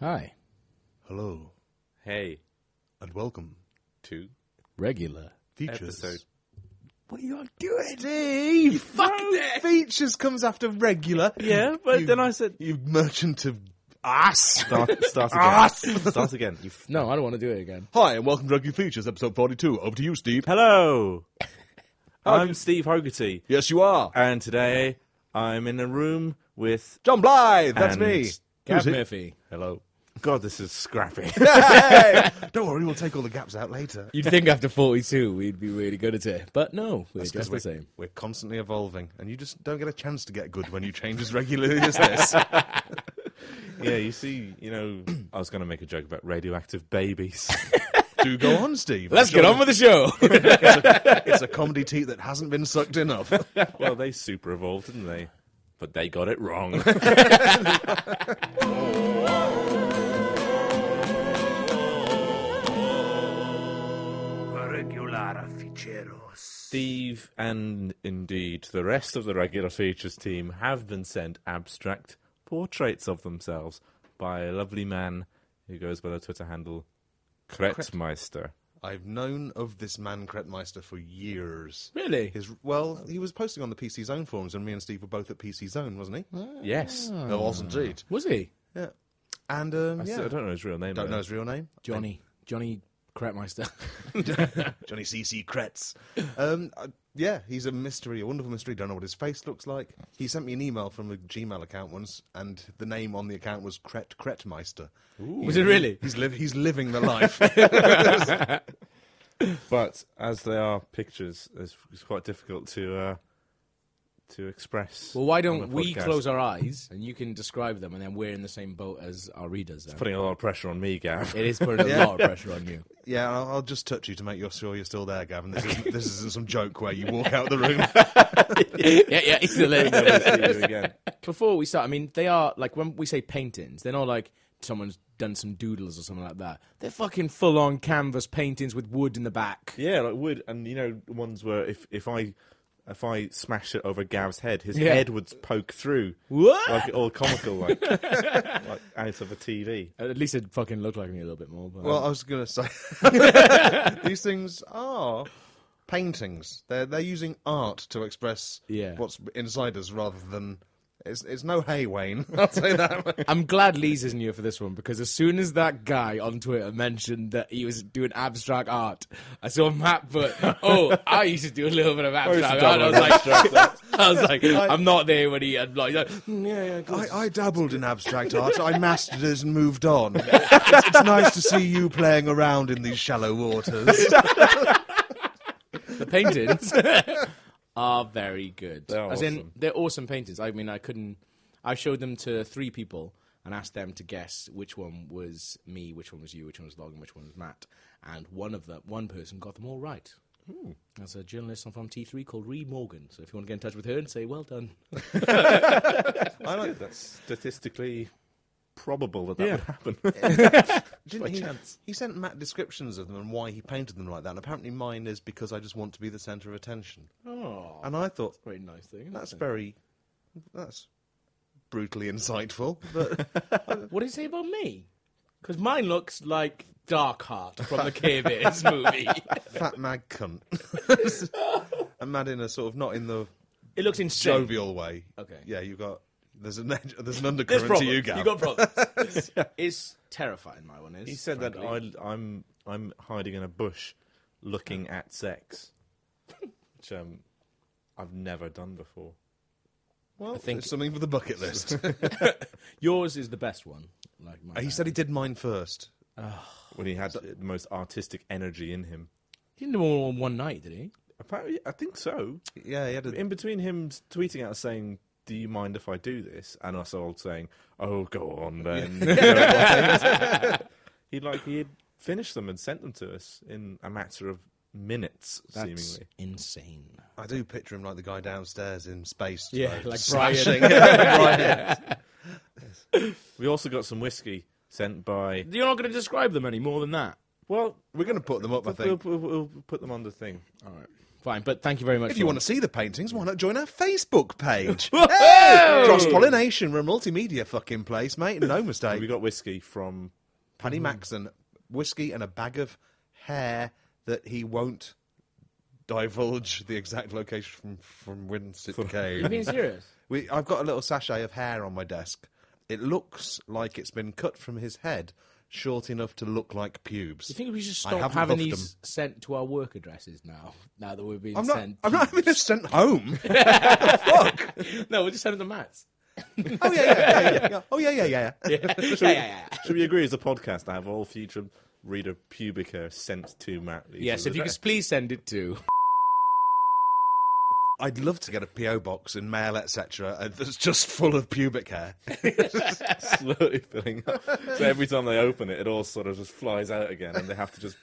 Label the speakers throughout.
Speaker 1: Hi,
Speaker 2: Hello
Speaker 3: Hey,
Speaker 2: and welcome.
Speaker 3: two
Speaker 1: regular.
Speaker 2: Features.
Speaker 3: episode.
Speaker 1: What are you all doing, Steve? Fuck that.
Speaker 2: Features comes after regular.
Speaker 3: Yeah, but
Speaker 2: You-
Speaker 3: then I said,
Speaker 2: You merchant of ass.
Speaker 3: start, start again.
Speaker 2: Ass.
Speaker 3: start again. You f-
Speaker 1: No, I don't want to do it again.
Speaker 2: Hi and welcome to Rugby Features, episode 42. Over to you, Steve.
Speaker 3: Hello, I'm Steve Hogarty,
Speaker 2: Yes, you are.
Speaker 3: and today I'm in a room with.
Speaker 2: John Blythe, that's
Speaker 3: and-
Speaker 2: me.
Speaker 1: Gav
Speaker 2: it?
Speaker 1: Murphy.
Speaker 3: Hello. God, this is scrappy.
Speaker 2: Hey! Don't worry, we'll take all the gaps out later.
Speaker 1: You'd think after 42 we'd be really good at it, but no, we're just the
Speaker 2: we're,
Speaker 1: same.
Speaker 2: we're constantly evolving, and you just don't get a chance to get good when you change as regularly as this.
Speaker 3: yeah, you see, you know, I was going to make a joke about radioactive babies.
Speaker 2: Do go on, Steve.
Speaker 1: Let's get on with the show.
Speaker 2: It's a comedy tea that hasn't been sucked enough.
Speaker 3: well, they super evolved, didn't they? But they got it wrong.
Speaker 4: Regular ficheros.
Speaker 3: Steve and indeed the rest of the regular features team have been sent abstract portraits of themselves by a lovely man who goes by the Twitter handle Kretmeister.
Speaker 2: I've known of this man Kretmeister for years.
Speaker 1: really?
Speaker 2: His well, he was posting on the PC Zone forums, and me and Steve were both at PC Zone, wasn't he?
Speaker 3: Yes.
Speaker 2: I Oh, was indeed.
Speaker 1: Was he?
Speaker 2: Yeah, and um, yeah,
Speaker 3: I still
Speaker 2: don't,
Speaker 3: don't know his real name.
Speaker 2: know
Speaker 3: though.
Speaker 2: his real name.
Speaker 1: Johnny. Johnny Kratmeister.
Speaker 2: Johnny CC Kretz. um, uh, yeah, he's a mystery, a wonderful mystery. Don't know what his face looks like. He sent me an email from a Gmail account once, and the name on the account was Kret Kretmeister.
Speaker 1: Was it really?
Speaker 2: He's liv- he's living the life.
Speaker 3: But as they are pictures, it's, it's quite difficult to uh, to express.
Speaker 1: Well, why
Speaker 3: on
Speaker 1: don't
Speaker 3: a
Speaker 1: we
Speaker 3: podcast.
Speaker 1: close our eyes and you can describe them, and then we're in the same boat as our readers. Then.
Speaker 3: Putting a lot of pressure on me, Gav.
Speaker 1: It is putting a
Speaker 2: Yeah.
Speaker 1: lot of pressure on you.
Speaker 2: yeah, I'll, I'll just touch you to make you sure you're still there, Gavin. This isn't, this isn't some joke where you walk out the room.
Speaker 1: yeah, yeah, he's still there.
Speaker 3: Never see you again.
Speaker 1: before we start, I mean, they are like when we say paintings, they're not like someone's done some doodles or something like that. They're fucking full on canvas paintings with wood in the back.
Speaker 3: Yeah, like wood, and you know ones where if if I if I smash it over Gav's head, his
Speaker 1: Yeah.
Speaker 3: head would poke through,
Speaker 1: What?
Speaker 3: like all comical, like, like out of a TV.
Speaker 1: At least it fucking looked like me a little bit more. But,
Speaker 2: Well, I was going to say these things are paintings. They're they're using art to express
Speaker 1: Yeah.
Speaker 2: what's inside us rather than it's it's no hay, Wayne. I'll say that.
Speaker 1: I'm glad Lee's isn't here for this one because as soon as that guy on Twitter mentioned that he was doing abstract art, I saw Matt put, "Oh, I used to do a little bit of abstract art." I was like, I was like, I'm not there when he. I'm like, "Mm, yeah, yeah, cool."
Speaker 2: I, I dabbled in abstract art. I mastered it and moved on. It's, it's nice to see you playing around in these shallow waters.
Speaker 1: the paintings are very good.
Speaker 3: They're
Speaker 1: As in,
Speaker 3: awesome.
Speaker 1: they're awesome paintings. I mean, I couldn't. I showed them to three people and asked them to guess which one was me, which one was you, which one was Logan, which one was Matt. And one of the one person got them all right. That's a journalist from T3 called Ree Morgan. So if you want to get in touch with her and say, well done.
Speaker 3: I like that's statistically probable that that would happen.
Speaker 2: Didn't he, he sent Matt descriptions of them and why he painted them like that. And apparently mine is because I just want to be the centre of attention.
Speaker 1: Oh,
Speaker 2: And I thought,
Speaker 1: very nice thing. isn't
Speaker 2: That's
Speaker 1: it?
Speaker 2: very. That's brutally insightful. But
Speaker 1: What did he say about me? Because mine looks like Darkheart from the Care Bears movie.
Speaker 2: fat mag cunt. and mad in a sort of not in the
Speaker 1: It looks insane.
Speaker 2: jovial way.
Speaker 1: Okay.
Speaker 2: Yeah, you got. There's an edge- there's an
Speaker 1: There's
Speaker 2: undercurrent to
Speaker 1: problems.
Speaker 2: you,
Speaker 1: You
Speaker 2: Gav.
Speaker 1: got problems. it's terrifying. My one is.
Speaker 3: he said that
Speaker 1: frankly.
Speaker 3: I, I'm I'm hiding in a bush, looking at sex, which um, I've never done before.
Speaker 2: well, I
Speaker 1: think-
Speaker 2: think something for the bucket list.
Speaker 1: yours is the best one. Like mine.
Speaker 2: he said he did mine first.
Speaker 3: When he had the most artistic energy in him,
Speaker 1: didn't do them all on one night, did he?
Speaker 3: apparently, I think so.
Speaker 2: Yeah, he had a.
Speaker 3: in between him tweeting out saying, "Do you mind if I do this?" and us all saying, "Oh, go on then." he like he had finished them and sent them to us in a matter of minutes, seemingly.
Speaker 1: insane.
Speaker 2: I do picture him like the guy downstairs in space.
Speaker 1: Yeah,
Speaker 2: though,
Speaker 1: like
Speaker 2: smashing.
Speaker 3: We also got some whiskey sent by.
Speaker 1: You're not going to describe them any more than that.
Speaker 3: Well,
Speaker 2: We're going to put them up, I
Speaker 3: we'll,
Speaker 2: think.
Speaker 3: we'll, we'll put them on the thing.
Speaker 1: All right. Fine, but thank you very much.
Speaker 2: If you
Speaker 1: for-
Speaker 2: want to see the paintings, why not join our Facebook page? hey! Cross pollination. We're a multimedia fucking place, mate. No mistake.
Speaker 3: We got whiskey from
Speaker 2: Paddy Maxon, whiskey and a bag of hair that he won't divulge the exact location from from whence it
Speaker 1: Are you
Speaker 2: came.
Speaker 1: being serious?
Speaker 2: We, I've got a little sachet of hair on my desk. It looks like it's been cut from his head, short enough to look like pubes.
Speaker 1: Do you think we should
Speaker 2: I
Speaker 1: stop
Speaker 2: haven't
Speaker 1: having
Speaker 2: huffed
Speaker 1: these
Speaker 2: 'em.
Speaker 1: sent to our work addresses now? Now that we're being
Speaker 2: I'm not.
Speaker 1: sent,
Speaker 2: I'm not having this sent home.
Speaker 1: no, we'll just send them to Matt's.
Speaker 2: oh yeah, yeah, yeah, yeah, yeah. Oh yeah, yeah, yeah. yeah.
Speaker 1: yeah, yeah, yeah.
Speaker 3: Should we agree as a podcast to have all future reader pubica sent to Matt? Lees
Speaker 1: Yes,
Speaker 3: as
Speaker 1: if you
Speaker 3: a-
Speaker 1: could please send it to.
Speaker 2: I'd love to get a PO box and mail, etc. That's just full of pubic hair.
Speaker 3: slowly filling up. So every time they open it, it all sort of just flies out again, and they have to just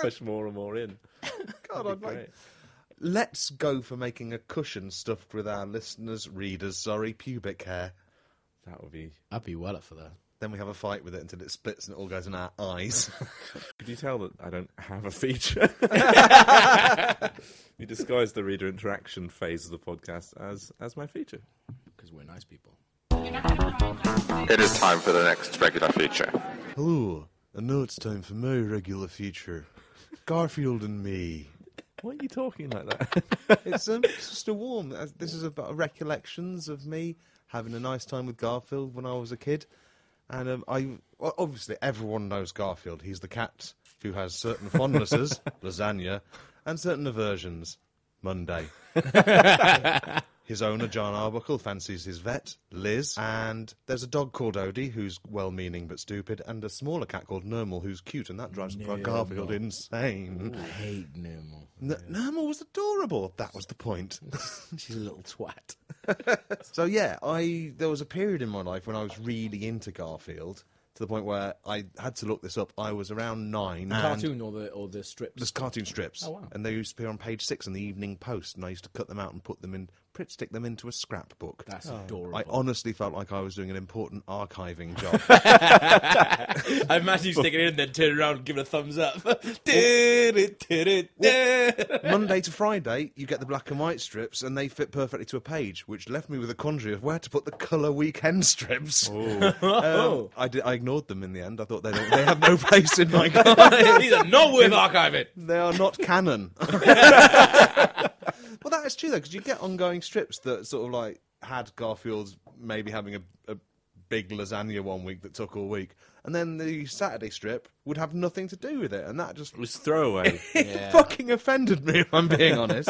Speaker 3: push more and more in.
Speaker 2: God, I'd like
Speaker 3: Great.
Speaker 2: Let's go for making a cushion stuffed with our listeners, readers, sorry, pubic hair.
Speaker 3: That would be.
Speaker 1: I'd be well up for that.
Speaker 2: Then we have a fight with it until it splits and it all goes in our eyes.
Speaker 3: Could you tell that I don't have a feature? you disguise the reader interaction phase of the podcast as as my feature.
Speaker 1: Because we're nice people.
Speaker 5: It is time for the next regular feature.
Speaker 2: Hello, I know it's time for my regular feature. Garfield and me.
Speaker 3: Why are you talking like that?
Speaker 2: It's, um, it's just a warm. uh, This is about recollections of me having a nice time with Garfield when I was a kid. And um, I well, obviously everyone knows Garfield. He's the cat who has certain fondnesses, lasagna, and certain aversions. Monday. His owner, John Arbuckle, fancies his vet, Liz, and there's a dog called Odie, who's well meaning but stupid, and a smaller cat called Nermal, who's cute, and that drives Garfield insane.
Speaker 1: I hate Nermal.
Speaker 2: N- Nermal was adorable. That was the point.
Speaker 1: She's a little twat.
Speaker 2: So yeah, I there was a period in my life when I was really into Garfield to the point where I had to look this up. I was around nine. and
Speaker 1: Cartoon or the or the strips.
Speaker 2: There's cartoon strips,
Speaker 1: Oh, wow.
Speaker 2: and they used to appear on page six in the Evening Post, and I used to cut them out and put them in, print stick them into a scrapbook.
Speaker 1: That's adorable.
Speaker 2: Oh, I
Speaker 1: I,
Speaker 2: honestly felt like I was doing an important archiving job.
Speaker 1: imagine you sticking it in, then turn around and give it a thumbs up. Did it, did it, did it.
Speaker 2: Monday to Friday, you get the black and white strips, and they fit perfectly to a page, which left me with a quandary of where to put the colour weekend strips.
Speaker 1: Oh.
Speaker 2: Um, I, did, I ignored them in the end. I thought they don't, they have no place in my garden.
Speaker 1: These are not worth archiving.
Speaker 2: They are not canon. well, that is true though, because you get ongoing strips that sort of like had Garfield's maybe having a, a big lasagna one week that took all week, and then the Saturday strip would have nothing to do with it, and that just
Speaker 3: It was throwaway.
Speaker 2: fucking offended me. If I'm being honest.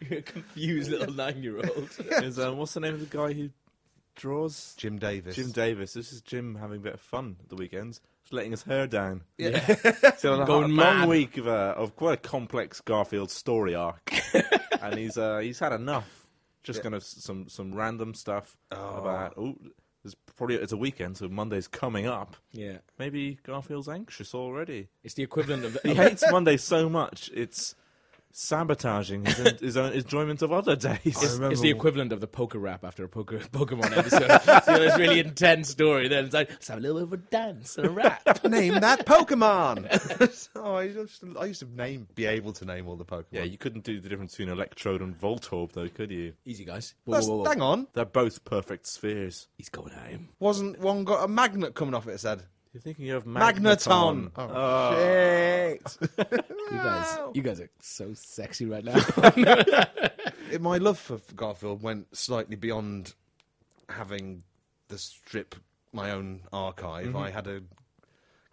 Speaker 1: You're a confused little nine-year-old.
Speaker 3: Is, um, what's the name of the guy who draws?
Speaker 2: Jim Davis.
Speaker 3: Jim Davis. This is Jim having a bit of fun at the weekends. Just letting his hair down.
Speaker 1: Yeah.
Speaker 3: So a
Speaker 1: Going
Speaker 3: long
Speaker 1: mad.
Speaker 3: week of, uh, of quite a complex Garfield story arc, and he's uh, he's had enough. Just kind of s- some some random stuff about. Oh, there's probably it's a weekend, so Monday's coming up.
Speaker 1: yeah.
Speaker 3: Maybe Garfield's anxious already.
Speaker 1: It's the equivalent of.
Speaker 3: He hates Monday so much it's sabotaging his, en- his own enjoyment of other days.
Speaker 2: remember-
Speaker 1: It's the equivalent of the poker rap after a poker Pokemon episode. so you know, this really intense story. Then it's like, let's have a little bit of a dance and a rap.
Speaker 2: Name that Pokemon. oh, I, just, I used to name, be able to name all the Pokemon.
Speaker 3: Yeah, you couldn't do the difference between Electrode and Voltorb, though, could you?
Speaker 1: Easy, guys. Whoa,
Speaker 2: That's-
Speaker 1: whoa, whoa, whoa.
Speaker 2: Hang on,
Speaker 3: They're both perfect spheres.
Speaker 1: He's going at him.
Speaker 2: wasn't one got a magnet coming off it? it Said
Speaker 3: You're thinking of
Speaker 2: Magneton.
Speaker 3: Magneton.
Speaker 2: Oh, shit.
Speaker 1: You guys, you guys are so sexy right now.
Speaker 2: it- my love for Garfield went slightly beyond having the strip my own archive.
Speaker 1: Mm-hmm.
Speaker 2: I had a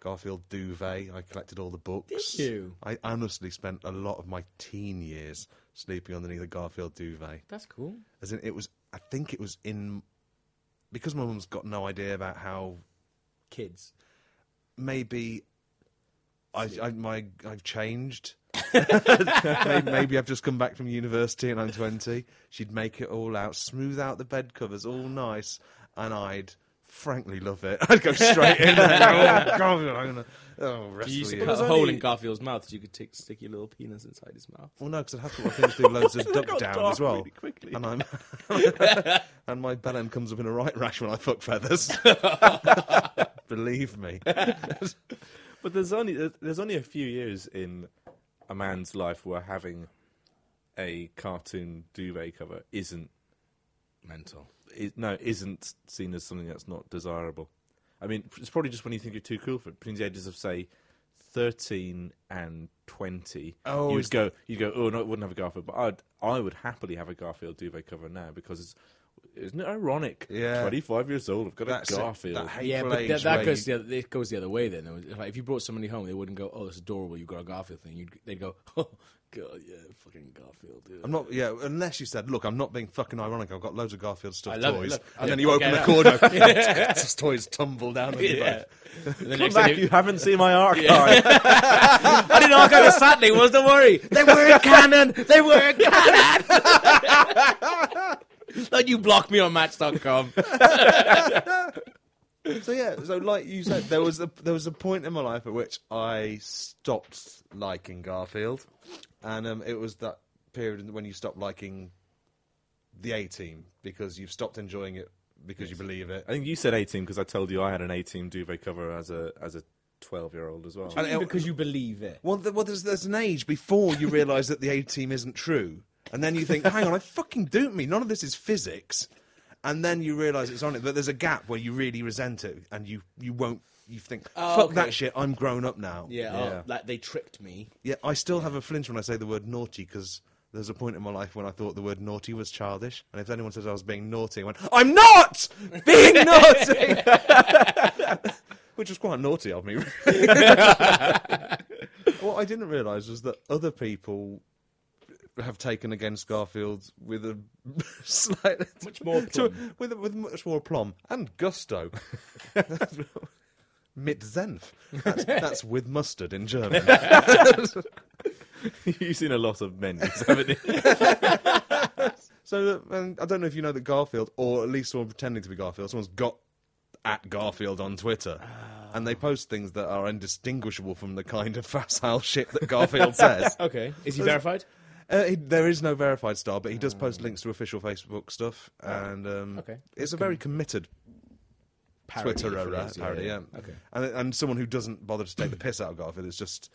Speaker 2: Garfield duvet. I collected all the books.
Speaker 1: Did you?
Speaker 2: I honestly spent a lot of my teen years sleeping underneath a Garfield duvet.
Speaker 1: That's cool.
Speaker 2: As in, it was. I think it was in because my mum's got no idea about how
Speaker 1: Kids.
Speaker 2: maybe I, I my I've changed. May- maybe I've just come back from university and I'm 20. She'd make it all out, smooth out the bed covers, all nice, and I'd frankly love it. I'd go straight in. there. oh, God, I'm gonna, oh, wrestle
Speaker 1: You used to
Speaker 2: you.
Speaker 1: put a hole in Garfield's mouth so you could take, stick your little penis inside his mouth.
Speaker 2: Well, no, because I'd have to watch him do loads of duck down as well. and I'm and my bell end comes up in a right rash when I fuck feathers. Believe me.
Speaker 3: But there's only there's only a few years in a man's life where having a cartoon duvet cover isn't
Speaker 1: Mental.
Speaker 3: is, no isn't seen as something that's not desirable. I mean, it's probably just when you think you're too cool for it. Between the ages of say thirteen and twenty,
Speaker 2: Oh,
Speaker 3: you'd
Speaker 2: is-
Speaker 3: go, you'd go, oh no, I wouldn't have a Garfield, but I'd, I would happily have a Garfield duvet cover now because it's, isn't it ironic?
Speaker 2: Yeah.
Speaker 3: twenty-five years old, I've got
Speaker 2: That's
Speaker 3: a
Speaker 2: it,
Speaker 3: Garfield.
Speaker 2: that hateful
Speaker 1: Yeah, but
Speaker 2: age
Speaker 1: that, that
Speaker 2: where
Speaker 1: goes
Speaker 2: you-
Speaker 1: the other, it goes the other way. Then It was- like, if you brought somebody home, they wouldn't go, "Oh, it's adorable. You got a Garfield thing." You'd, they'd go, "Oh, God, yeah, fucking Garfield." Dude.
Speaker 2: I'm not, yeah, unless you said, look, I'm not being fucking ironic. I've got loads of Garfield stuff
Speaker 1: I love it,
Speaker 2: toys.
Speaker 1: look.
Speaker 2: and
Speaker 1: Yeah,
Speaker 2: then you open the
Speaker 1: okay,
Speaker 2: corner, those toys tumble down on you
Speaker 1: Yeah.
Speaker 2: both.
Speaker 1: And the
Speaker 3: Come
Speaker 1: next
Speaker 3: back,
Speaker 1: thing
Speaker 3: you haven't seen my archive.
Speaker 1: I didn't archive it Saturday. Was don't worry. They were canon. They were canon. Don't you block me on Match.com.
Speaker 2: So yeah, so like you said, there was a there was a point in my life at which I stopped liking Garfield, and um, it was that period when you stop liking the A Team because you've stopped enjoying it because you believe it.
Speaker 3: I think you said eighteen because I told you I had an eighteen duvet cover as a as a twelve-year-old as well.
Speaker 1: because you believe it.
Speaker 2: Well, th well, there's there's an age before you realise that the A Team isn't true, and then you think, hang on, I fucking duped me. None of this is physics, and then you realise it's on it. But there's a gap where you really resent it, and you you won't. You think,
Speaker 1: Oh,
Speaker 2: fuck
Speaker 1: okay.
Speaker 2: that shit. I'm grown up now.
Speaker 1: Yeah,
Speaker 3: Yeah.
Speaker 1: Oh, like they tricked me.
Speaker 2: Yeah, I still have a flinch when I say the word naughty because there's a point in my life when I thought the word naughty was childish. And if anyone says I was being naughty, I went, I'm not being naughty! Which was quite naughty of me. what I didn't realise was that other people have taken against Garfield with a slightly.
Speaker 1: Much more
Speaker 2: to-
Speaker 1: plum.
Speaker 2: with, with much more aplomb and gusto. Mitzenf. That's, that's with mustard in German.
Speaker 3: You've seen a lot of menus, haven't you?
Speaker 2: So uh, and I don't know if you know that Garfield, or at least someone pretending to be Garfield, someone's got at Garfield on Twitter,
Speaker 1: Oh.
Speaker 2: and they post things that are indistinguishable from the kind of facile shit that Garfield says. Uh,
Speaker 1: Okay, is he verified?
Speaker 2: he, there is no verified star, but he does post links to official Facebook stuff, and um,
Speaker 1: Mm. Oh. Okay.
Speaker 2: it's a very committed
Speaker 1: Parody,
Speaker 2: Twitter
Speaker 1: if it
Speaker 2: uh,
Speaker 1: is,
Speaker 2: parody, yeah.
Speaker 1: Okay.
Speaker 2: And and someone who doesn't bother to take the piss out of Garfield is just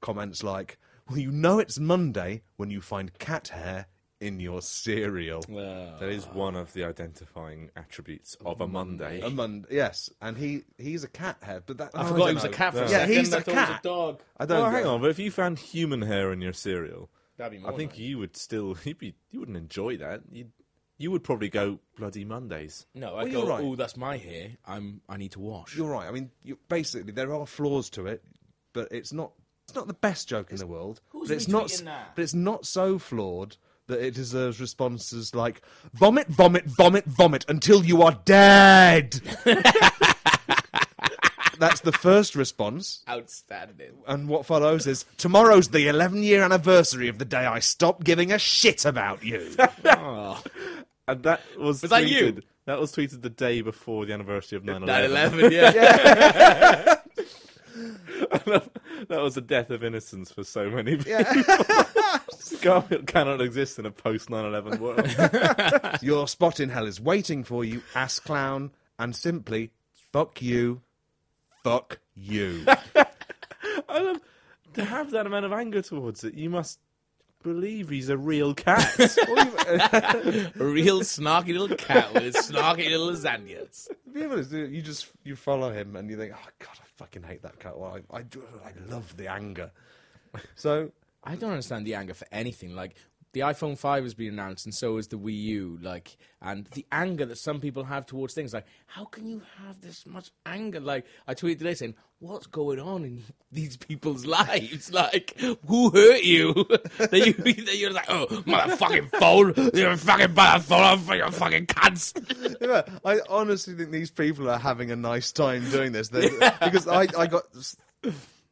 Speaker 2: comments like, "Well, you know it's Monday when you find cat hair in your cereal."
Speaker 1: Well,
Speaker 3: that is one of the identifying attributes of a Monday. Um,
Speaker 2: A Monday, yes, and he he's a cat head, but that
Speaker 1: I
Speaker 2: oh,
Speaker 1: forgot
Speaker 2: don't
Speaker 1: he was a
Speaker 2: know.
Speaker 1: cat for a
Speaker 2: yeah,
Speaker 1: second.
Speaker 2: he's
Speaker 1: I
Speaker 2: a
Speaker 1: thought he was
Speaker 2: cat.
Speaker 1: a dog. Oh,
Speaker 2: I don't.
Speaker 3: well, hang
Speaker 2: know.
Speaker 3: on, but if you found human hair in your cereal,
Speaker 1: That'd be
Speaker 3: I
Speaker 1: more
Speaker 3: think
Speaker 1: nice.
Speaker 3: you would still you'd be you wouldn't enjoy that. You'd, you would probably go bloody Mondays.
Speaker 1: No, I
Speaker 2: Well,
Speaker 1: go.
Speaker 2: you're right.
Speaker 1: Oh, that's my hair. I'm. I need to wash.
Speaker 2: You're right. I mean, you, basically there are flaws to it, but it's not it's not the best joke in the world.
Speaker 1: who's
Speaker 2: but it's not.
Speaker 1: retweeting that?
Speaker 2: But it's not so flawed that it deserves responses like "vomit, vomit, vomit, vomit until you are dead." That's the first response.
Speaker 1: Outstanding.
Speaker 2: And what follows is tomorrow's the 11 year anniversary of the day I stopped giving a shit about you.
Speaker 1: Oh.
Speaker 3: And that was,
Speaker 1: Was that you?
Speaker 3: tweeted- That was tweeted the day before the anniversary of 9/11.
Speaker 1: 9/11. Yeah.
Speaker 3: that was the death of innocence for so many people. Garfield cannot exist in a post 9/11 world.
Speaker 2: Your spot in hell is waiting for you, ass clown, and simply fuck you, fuck you.
Speaker 3: I love to have that amount of anger towards it. You must believe he's a real cat.
Speaker 2: Or you-
Speaker 1: A real snarky little cat with his snarky little lasagnas.
Speaker 2: be honest, you just you follow him and you think, oh god, I fucking hate that cat. Well, I, I, do- I love the anger. So
Speaker 1: I don't understand the anger for anything. Like the iPhone 5 has been announced, and so has the Wii U. Like, and the anger that some people have towards things. Like, how can you have this much anger? Like, I tweeted today saying, "What's going on in these people's lives? Like, who hurt you? that you that you're like, oh, motherfucking phone, you're a fucking motherfucker, you're a fucking cunts."
Speaker 2: yeah, I honestly think these people are having a nice time doing this They- because I, I got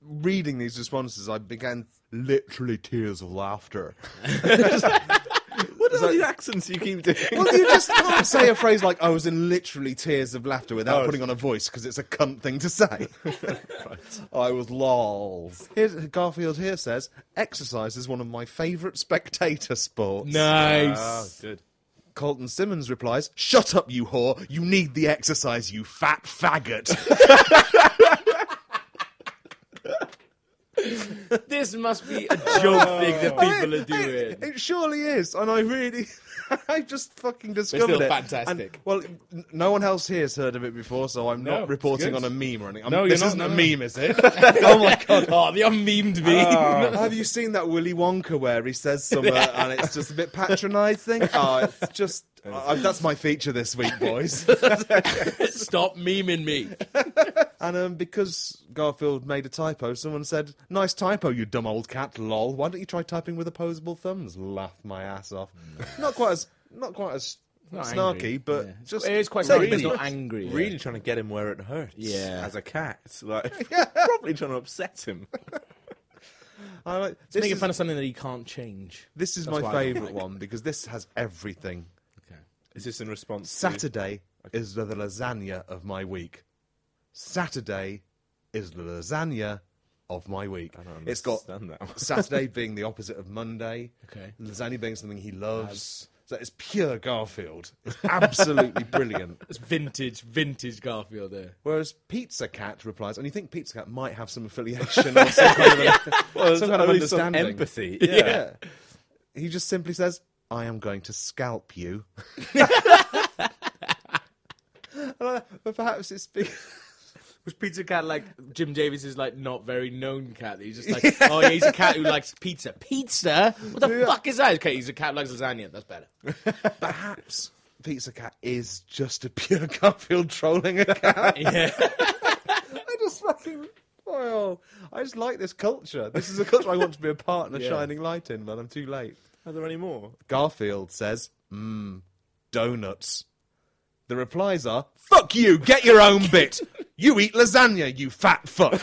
Speaker 2: reading these responses. I began literally tears of laughter.
Speaker 3: what are these accents you keep doing?
Speaker 2: Well, you just can't say a phrase like "I was in literally tears of laughter" without
Speaker 3: Oh.
Speaker 2: putting on a voice because it's a cunt thing to say. I was lols. Here's, Garfield here says, "Exercise is one of my favourite spectator sports."
Speaker 1: Nice.
Speaker 3: Oh, good.
Speaker 2: Colton Simmons replies, "Shut up, you whore! You need the exercise, you fat faggot."
Speaker 1: This must be a joke thing that people are
Speaker 2: It,
Speaker 1: doing.
Speaker 2: it surely is, and I really, I just fucking discovered
Speaker 1: still
Speaker 2: it.
Speaker 1: fantastic.
Speaker 2: And, well, n- no one else here has heard of it before, so I'm
Speaker 1: No,
Speaker 2: not
Speaker 1: it's
Speaker 2: reporting
Speaker 1: good.
Speaker 2: on a meme or anything. I'm,
Speaker 1: No, you're
Speaker 2: this
Speaker 1: not,
Speaker 2: isn't a
Speaker 1: no.
Speaker 2: meme, is it?
Speaker 1: oh my god! Oh, they unmemed me.
Speaker 2: Have you seen that Willy Wonka where he says something and it's just a bit patronising? Oh, it's just I, that's my feature this week, boys.
Speaker 1: Stop memeing me.
Speaker 2: and um, because Garfield made a typo, someone said, "Nice typo, you dumb old cat." Lol. Why don't you try typing with opposable thumbs? Laugh my ass off. not quite as not quite as
Speaker 1: Mm. Not
Speaker 2: snarky,
Speaker 1: angry,
Speaker 2: but
Speaker 1: yeah.
Speaker 2: just
Speaker 1: It is quite
Speaker 2: take
Speaker 1: rude,
Speaker 2: it
Speaker 1: it's
Speaker 2: easy.
Speaker 1: not angry. yeah.
Speaker 3: Really trying to get him where it hurts.
Speaker 1: Yeah.
Speaker 3: As a cat. Like, probably trying to upset him.
Speaker 2: I like-
Speaker 1: It's
Speaker 2: this
Speaker 1: making
Speaker 2: is-
Speaker 1: fun of something that he can't change.
Speaker 2: This is
Speaker 1: That's
Speaker 2: my
Speaker 1: why I don't
Speaker 2: favourite one because this has everything.
Speaker 1: Okay.
Speaker 3: Is this in response to-
Speaker 2: Saturday is the lasagna of my week. Saturday is the lasagna of my week.
Speaker 3: I don't
Speaker 2: It's got
Speaker 3: understand that one.
Speaker 2: Saturday being the opposite of Monday.
Speaker 1: Okay.
Speaker 2: Lasagna being something he loves. So it's pure Garfield. It's absolutely brilliant.
Speaker 1: It's vintage, vintage Garfield there.
Speaker 2: Whereas Pizza Cat replies, and you think Pizza Cat might have some affiliation or some kind of, some kind of
Speaker 3: At least some
Speaker 2: understanding.
Speaker 3: empathy.
Speaker 2: yeah. He just simply says, I am going to scalp you. but perhaps it's because.
Speaker 1: Was Pizza Cat like Jim Davis's like not very known cat? He's just like, oh yeah, he's a cat who likes pizza. Pizza? What the fuck is that? Okay, he's a cat who likes lasagna. That's better.
Speaker 2: Perhaps Pizza Cat is just a pure Garfield trolling account.
Speaker 1: Yeah.
Speaker 2: I just fucking. Oh, I just like this culture. This is a culture I want to be a part and a
Speaker 1: Yeah.
Speaker 2: shining light in, but I'm too late.
Speaker 3: Are there any more?
Speaker 2: Garfield says, mmm, donuts. The replies are, fuck you, get your own bit. You eat lasagna, you fat fuck.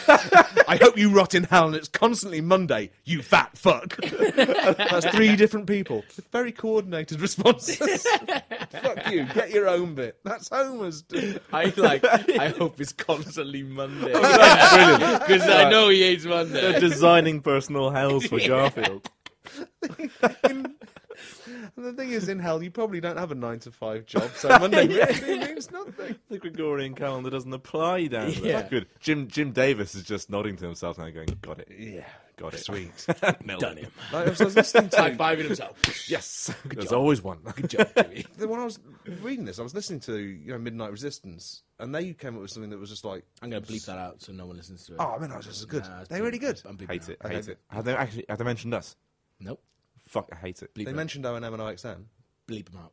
Speaker 2: I hope you rot in hell and it's constantly Monday, you fat fuck. That's three different people with very coordinated responses. fuck you, get your own bit. That's Homer's. d-
Speaker 1: I like. I hope it's constantly Monday. Because I know he hates Monday.
Speaker 3: Designing personal hells for Garfield.
Speaker 2: And the thing is, in hell, you probably don't have a nine to five job, so Monday really means nothing.
Speaker 3: The Gregorian calendar doesn't apply down there.
Speaker 1: Yeah.
Speaker 3: Good. Jim Jim Davis is just nodding to himself now, going, "Got it,
Speaker 2: Yeah.
Speaker 3: got it,
Speaker 2: Sweet.
Speaker 1: Done him.
Speaker 2: Like, I was listening to
Speaker 1: High fiving himself.
Speaker 3: Yes, there's always one.
Speaker 1: Good job, Jimmy.
Speaker 2: Then when I was reading this, I was listening to you know Midnight Resistance, and they came up with something that was just like,
Speaker 1: I'm gonna bleep that out so no one listens to it.
Speaker 2: oh, I mean, that was just as good.
Speaker 1: Nah, it's
Speaker 2: They're really
Speaker 1: bleeping
Speaker 2: good.
Speaker 1: out. I'm bleeping
Speaker 3: Hate
Speaker 1: out.
Speaker 3: it, hate it. Have they actually? Have they mentioned us?
Speaker 1: Nope.
Speaker 3: Fuck, I hate it.
Speaker 1: Bleep
Speaker 2: They
Speaker 1: it.
Speaker 2: mentioned O and M and OXM.
Speaker 1: bleep him out.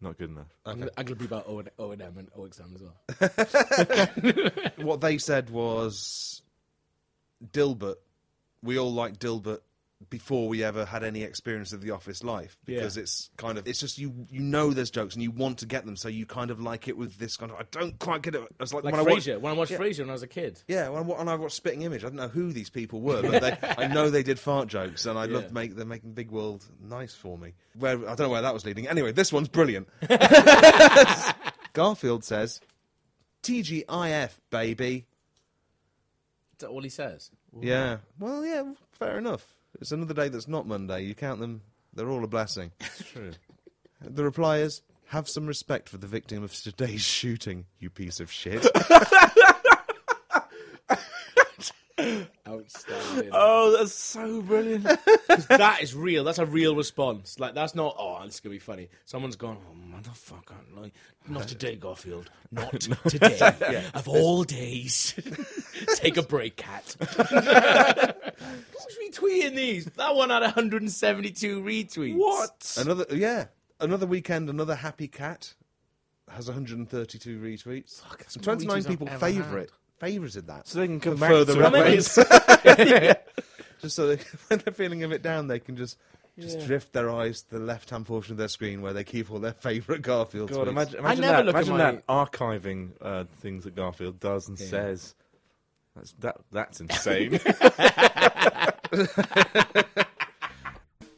Speaker 3: Not good enough.
Speaker 1: I'm gonna- I'm gonna bleep out O and- O and M and OXM as well.
Speaker 2: What they said was, Dilbert. We all liked Dilbert before we ever had any experience of the office life because
Speaker 1: Yeah.
Speaker 2: it's kind of it's just you you know there's jokes and you want to get them so you kind of like it with this kind of I don't quite get it it's like,
Speaker 1: Like
Speaker 2: when I watch
Speaker 1: Frasier. When I watched Frasier when I was a kid.
Speaker 2: Yeah, when I, wa- when I watched Spitting Image, I don't know who these people were, but they, I know they did fart jokes, and I loved make them making Big World nice for me. Where I don't know where that was leading. Anyway, this one's brilliant. Garfield says, "TGIF, baby."
Speaker 1: Is that all he says?
Speaker 2: Yeah. Well, yeah, fair enough. It's another day that's not Monday. You count them; they're all a blessing.
Speaker 3: It's true.
Speaker 2: The reply is, "Have some respect for the victim of today's shooting, you piece of shit."
Speaker 1: Outstanding.
Speaker 3: Oh, that's so brilliant.
Speaker 1: that is real. That's a real response. Like that's not. Oh, this is gonna be funny. Someone's gone. Oh, motherfucker! Like, not today, Garfield. Not today. Of all days, take a break, cat. Who's retweeting these? That one had 172 retweets.
Speaker 3: what?
Speaker 2: Another yeah, another weekend, another happy cat has 132 retweets.
Speaker 1: that's
Speaker 2: And
Speaker 1: more
Speaker 2: 29
Speaker 1: retweets
Speaker 2: people
Speaker 1: I've ever
Speaker 2: favorite favorited that.
Speaker 3: So they can come
Speaker 2: For
Speaker 3: back
Speaker 2: further
Speaker 3: to it.
Speaker 2: reference. just so they, when they're feeling a bit down, they can just just drift their eyes to the left-hand portion of their screen where they keep all their favorite Garfield.
Speaker 3: God,
Speaker 2: tweets.
Speaker 3: imagine,
Speaker 1: I
Speaker 3: imagine
Speaker 1: never
Speaker 3: that.
Speaker 1: look at
Speaker 3: imagine
Speaker 1: my-
Speaker 3: that archiving uh, things that Garfield does and says. That's that. That's insane.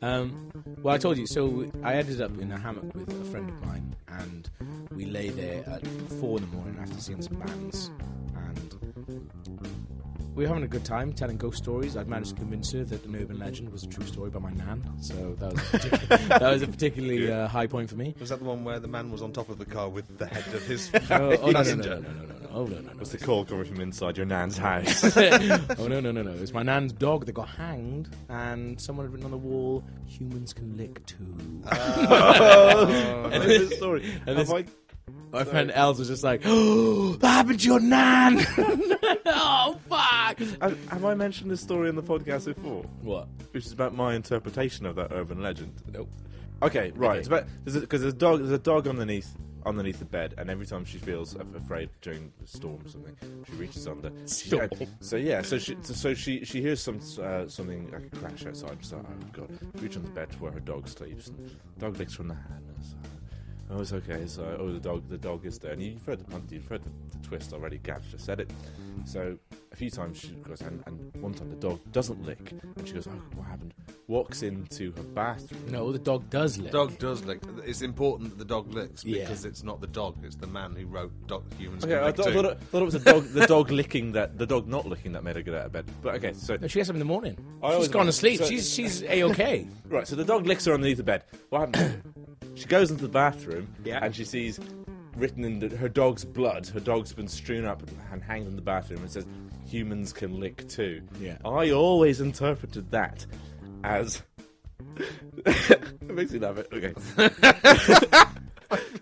Speaker 1: Um, well, I told you. So I ended up in a hammock with a friend of mine, and we lay there at four in the morning after seeing some bands, and we were having a good time telling ghost stories. I'd managed to convince her that an urban legend was a true story by my nan, so that was a particu- that was a particularly uh, high point for me.
Speaker 2: was that the one where the man was on top of the car with the head of his
Speaker 1: Oh, oh, no, no, no,
Speaker 2: passenger?
Speaker 1: no, no, no, no, no. Oh no no no!
Speaker 3: Was the call coming from inside your nan's house?
Speaker 1: oh no no no no! It's my nan's dog that got hanged, and someone had written on the wall, "Humans can lick too."
Speaker 3: End of the story.
Speaker 1: And
Speaker 3: Have
Speaker 1: this-
Speaker 3: I,
Speaker 1: my friend Els was just like, "Oh, that happened to your nan!" oh fuck!
Speaker 3: have- have I mentioned this story on the podcast before?
Speaker 1: What?
Speaker 3: Which is about my interpretation of that urban legend.
Speaker 1: Nope.
Speaker 3: Okay,
Speaker 1: Okay.
Speaker 3: right. It's about because there's, a dog. There's a dog underneath underneath the bed, and every time she feels af- afraid during the storm or something, she reaches under. She-
Speaker 1: Storm.
Speaker 3: so yeah, so she so, so she she hears some uh, something like a crash outside. She's like, oh god. She reaches under the bed to where her dog sleeps, and the dog licks from the hand. and it's like, Oh, it's okay. So, oh, the dog, the dog is there. And you- you've heard the pun, you've heard the, the twist already. Gab's just said it. So, a few times she goes, and, and one time the dog doesn't lick, and she goes, "Oh, what happened?" Walks into her bathroom,
Speaker 1: No, the dog does lick.
Speaker 2: Dog does lick. It's important that the dog licks
Speaker 1: Yeah.
Speaker 2: because it's not the dog; it's the man who wrote "Dog Humans."
Speaker 3: Okay,
Speaker 2: Can
Speaker 3: I
Speaker 2: Lick
Speaker 3: thought, I
Speaker 2: Too.
Speaker 3: thought it, thought it was the dog, the dog licking that, the dog not licking that made her get out of bed. But okay, so
Speaker 1: No, she gets up in the morning.
Speaker 3: I
Speaker 1: she's
Speaker 3: always-
Speaker 1: gone to sleep.
Speaker 3: so-
Speaker 1: she's she's a okay.
Speaker 3: right, so the dog licks her underneath the bed. What happened? she goes into the bathroom,
Speaker 1: Yeah.
Speaker 3: and she sees written in the, her dog's blood. Her dog's been strewn up and hanged in the bathroom. It says, "Humans can lick too."
Speaker 1: Yeah.
Speaker 3: I always interpreted that as. it makes me laugh. Okay.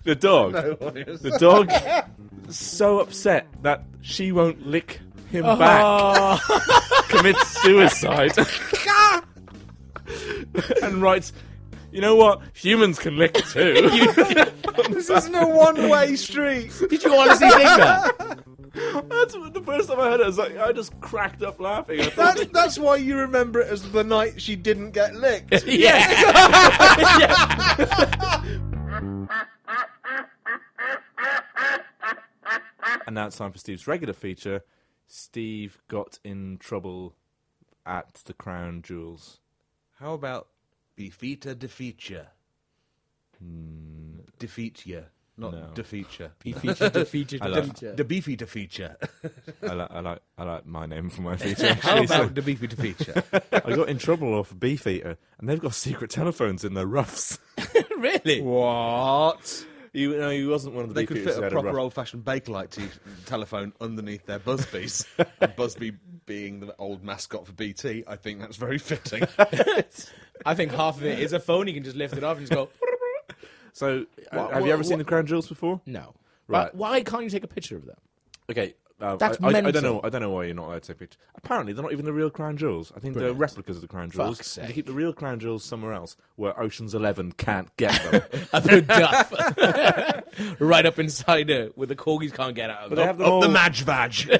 Speaker 3: the dog. the dog. So upset that she won't lick him
Speaker 1: Oh,
Speaker 3: back. commits suicide and writes, you know what? Humans can lick too.
Speaker 2: This isn't a one-way street.
Speaker 1: Did you honestly think that?
Speaker 3: That's what- the first time I heard it. I was like, I just cracked up laughing. I thought,
Speaker 2: That's that's why you remember it as the night she didn't get licked.
Speaker 1: Yeah.
Speaker 3: and now it's time for Steve's regular feature. Steve got in trouble at the Crown Jewels.
Speaker 2: How about Befita defeature? Hmm. Defeat ya, not
Speaker 3: No.
Speaker 2: defeature.
Speaker 1: Feature to feature
Speaker 3: I
Speaker 1: to
Speaker 3: like-
Speaker 1: feature.
Speaker 2: The beefy defeature.
Speaker 3: I like, I like, I like my name for my feature.
Speaker 2: How
Speaker 3: Actually, so
Speaker 2: about the beefy defeature?
Speaker 3: I got in trouble off Beefeater, and they've got secret telephones in their ruffs.
Speaker 1: really?
Speaker 2: what?
Speaker 3: You know, he wasn't one of the
Speaker 2: They could fit
Speaker 3: Beefeaters who
Speaker 2: a
Speaker 3: had
Speaker 2: proper
Speaker 3: ruff.
Speaker 2: old-fashioned bakelite t- telephone underneath their Busbys. And Busby being the old mascot for BT, I think that's very fitting.
Speaker 1: I think half of it is a phone. You can just lift it up and just go.
Speaker 3: So, uh,
Speaker 1: Wha-
Speaker 3: have
Speaker 1: wha-
Speaker 3: you ever
Speaker 1: wha-
Speaker 3: seen the Crown Jewels before?
Speaker 1: No.
Speaker 3: Right.
Speaker 1: But why can't you take a picture of them?
Speaker 3: Okay, uh,
Speaker 1: That's
Speaker 3: I, I, I
Speaker 1: mental.
Speaker 3: don't know. I don't know why you're not allowed to take pictures. Apparently, they're not even the real Crown Jewels. I think
Speaker 1: Brilliant.
Speaker 3: they're replicas of the Crown Jewels.
Speaker 1: Fuck's
Speaker 3: They
Speaker 1: sake.
Speaker 3: keep the real Crown Jewels somewhere else, where Ocean's Eleven can't get them.
Speaker 1: Up the duff. right up inside it, where the corgis can't get out of Oh.
Speaker 3: but they
Speaker 1: it.
Speaker 3: have them all.
Speaker 2: Madge Badge.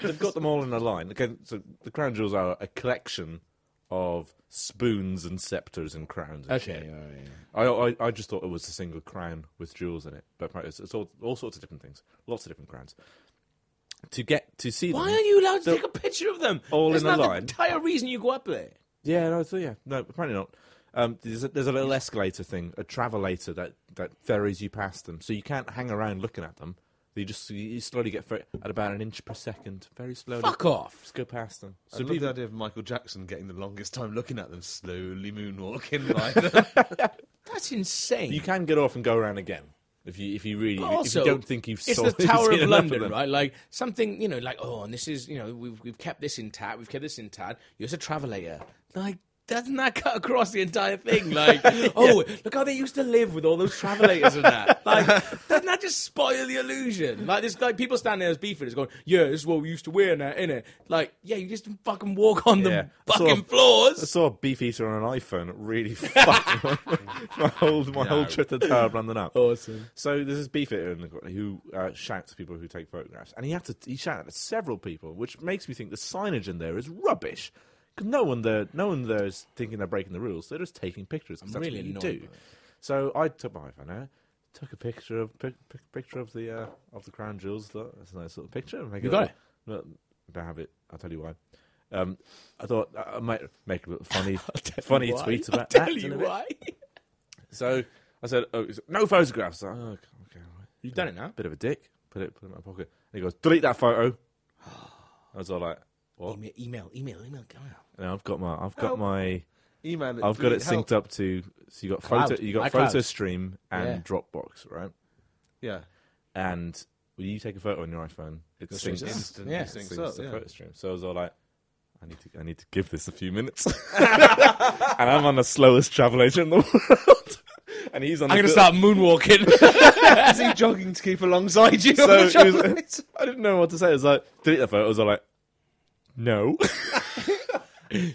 Speaker 3: they've got them all in a line. Okay, so the Crown Jewels are a collection of spoons and scepters and crowns. And
Speaker 1: Okay.
Speaker 3: shit.
Speaker 1: all right, yeah.
Speaker 3: I, I I just thought it was a single crown with jewels in it, but apparently it's, it's all all sorts of different things, lots of different crowns. To get to see
Speaker 1: Why
Speaker 3: them,
Speaker 1: are you allowed to
Speaker 3: They're
Speaker 1: take a picture of them?
Speaker 3: all
Speaker 1: There's
Speaker 3: in a
Speaker 1: not
Speaker 3: line.
Speaker 1: The entire reason you go up there.
Speaker 3: Yeah, no, so yeah, no, apparently not. Um, there's, a, there's a little escalator thing, a travelator that that ferries you past them, so you can't hang around looking at them. You just you slowly get fer- at about an inch per second, very slowly.
Speaker 1: Fuck off.
Speaker 3: Just go past them.
Speaker 2: I
Speaker 3: So
Speaker 2: love
Speaker 3: people-
Speaker 2: the idea of Michael Jackson getting the longest time looking at them, slowly moonwalking like that.
Speaker 1: That's insane.
Speaker 3: you can get off and go around again if you if you really
Speaker 1: But
Speaker 3: if you don't think you've
Speaker 1: it's the
Speaker 3: solved-
Speaker 1: Tower
Speaker 3: seen
Speaker 1: of
Speaker 3: enough
Speaker 1: London,
Speaker 3: them.
Speaker 1: right? Like something, you know, like oh, and this is, you know, we've we've kept this intact, we've kept this intact. You're just a traveller, like. Doesn't that cut across the entire thing? Like, oh, look how they used to live with all those travelators and that. Like, doesn't that just spoil the illusion? Like, this, like people standing there as beefers going, "Yeah, this is what we used to wear now, innit?" Like, yeah, you just fucking walk on
Speaker 3: Yeah.
Speaker 1: the
Speaker 3: I saw-
Speaker 1: fucking floors.
Speaker 3: I saw a beefeater on an iPhone. It Really fucked my whole my whole trip to the Tower of London up.
Speaker 1: Awesome.
Speaker 3: So there's this beefeater in the corner who uh, shouts at people who take photographs, and he had to he shouted at several people, which makes me think the signage in there is rubbish. 'Cause no one there, no one there is thinking they're breaking the rules. They're just taking pictures. 'cause
Speaker 1: I'm
Speaker 3: that's
Speaker 1: really
Speaker 3: what you
Speaker 1: annoyed
Speaker 3: do.
Speaker 1: by that.
Speaker 3: So I took my iPhone out, took a picture of pic, pic- picture of the uh, of the crown jewels. Thought that's a nice little picture. Make
Speaker 1: You
Speaker 3: a
Speaker 1: got
Speaker 3: little- Well, I don't have it. I'll tell you why. Um, I thought I I might make a little funny funny
Speaker 1: Why?
Speaker 3: tweet about
Speaker 1: I'll
Speaker 3: that.
Speaker 1: tell
Speaker 3: in a
Speaker 1: you
Speaker 3: bit.
Speaker 1: why.
Speaker 3: So I said, oh, it's- no photographs. I was like, oh, okay, all right.
Speaker 1: You've done it now.
Speaker 3: Bit of a dick. Put it, put it in my pocket. And he goes, delete that photo. I was all like, what?
Speaker 1: Email, email, email, email. Come on.
Speaker 3: And I've got my, I've got
Speaker 2: Help.
Speaker 3: my,
Speaker 2: Email it.
Speaker 3: I've got it
Speaker 2: delete help.
Speaker 3: synced up to. So you got
Speaker 1: Cloud.
Speaker 3: photo, you got
Speaker 1: iCloud.
Speaker 3: photo stream and
Speaker 1: Yeah.
Speaker 3: Dropbox, right?
Speaker 2: Yeah.
Speaker 3: And Will you take a photo on your iPhone? It
Speaker 1: This
Speaker 3: syncs
Speaker 1: is-
Speaker 2: instantly
Speaker 1: yeah.
Speaker 2: syncs
Speaker 3: syncs
Speaker 2: up,
Speaker 3: the
Speaker 2: yeah.
Speaker 3: photo stream. So I was all like, I need to, I need to give this a few minutes. and I'm on the slowest travel agent in the world. And he's on.
Speaker 1: I'm
Speaker 3: the
Speaker 1: going to
Speaker 3: good-
Speaker 1: start moonwalking.
Speaker 2: Is he jogging to keep alongside you?
Speaker 3: So
Speaker 2: on the
Speaker 3: it was-
Speaker 2: job?
Speaker 3: I didn't know what to say. I was like, delete the photo. I was all like, no.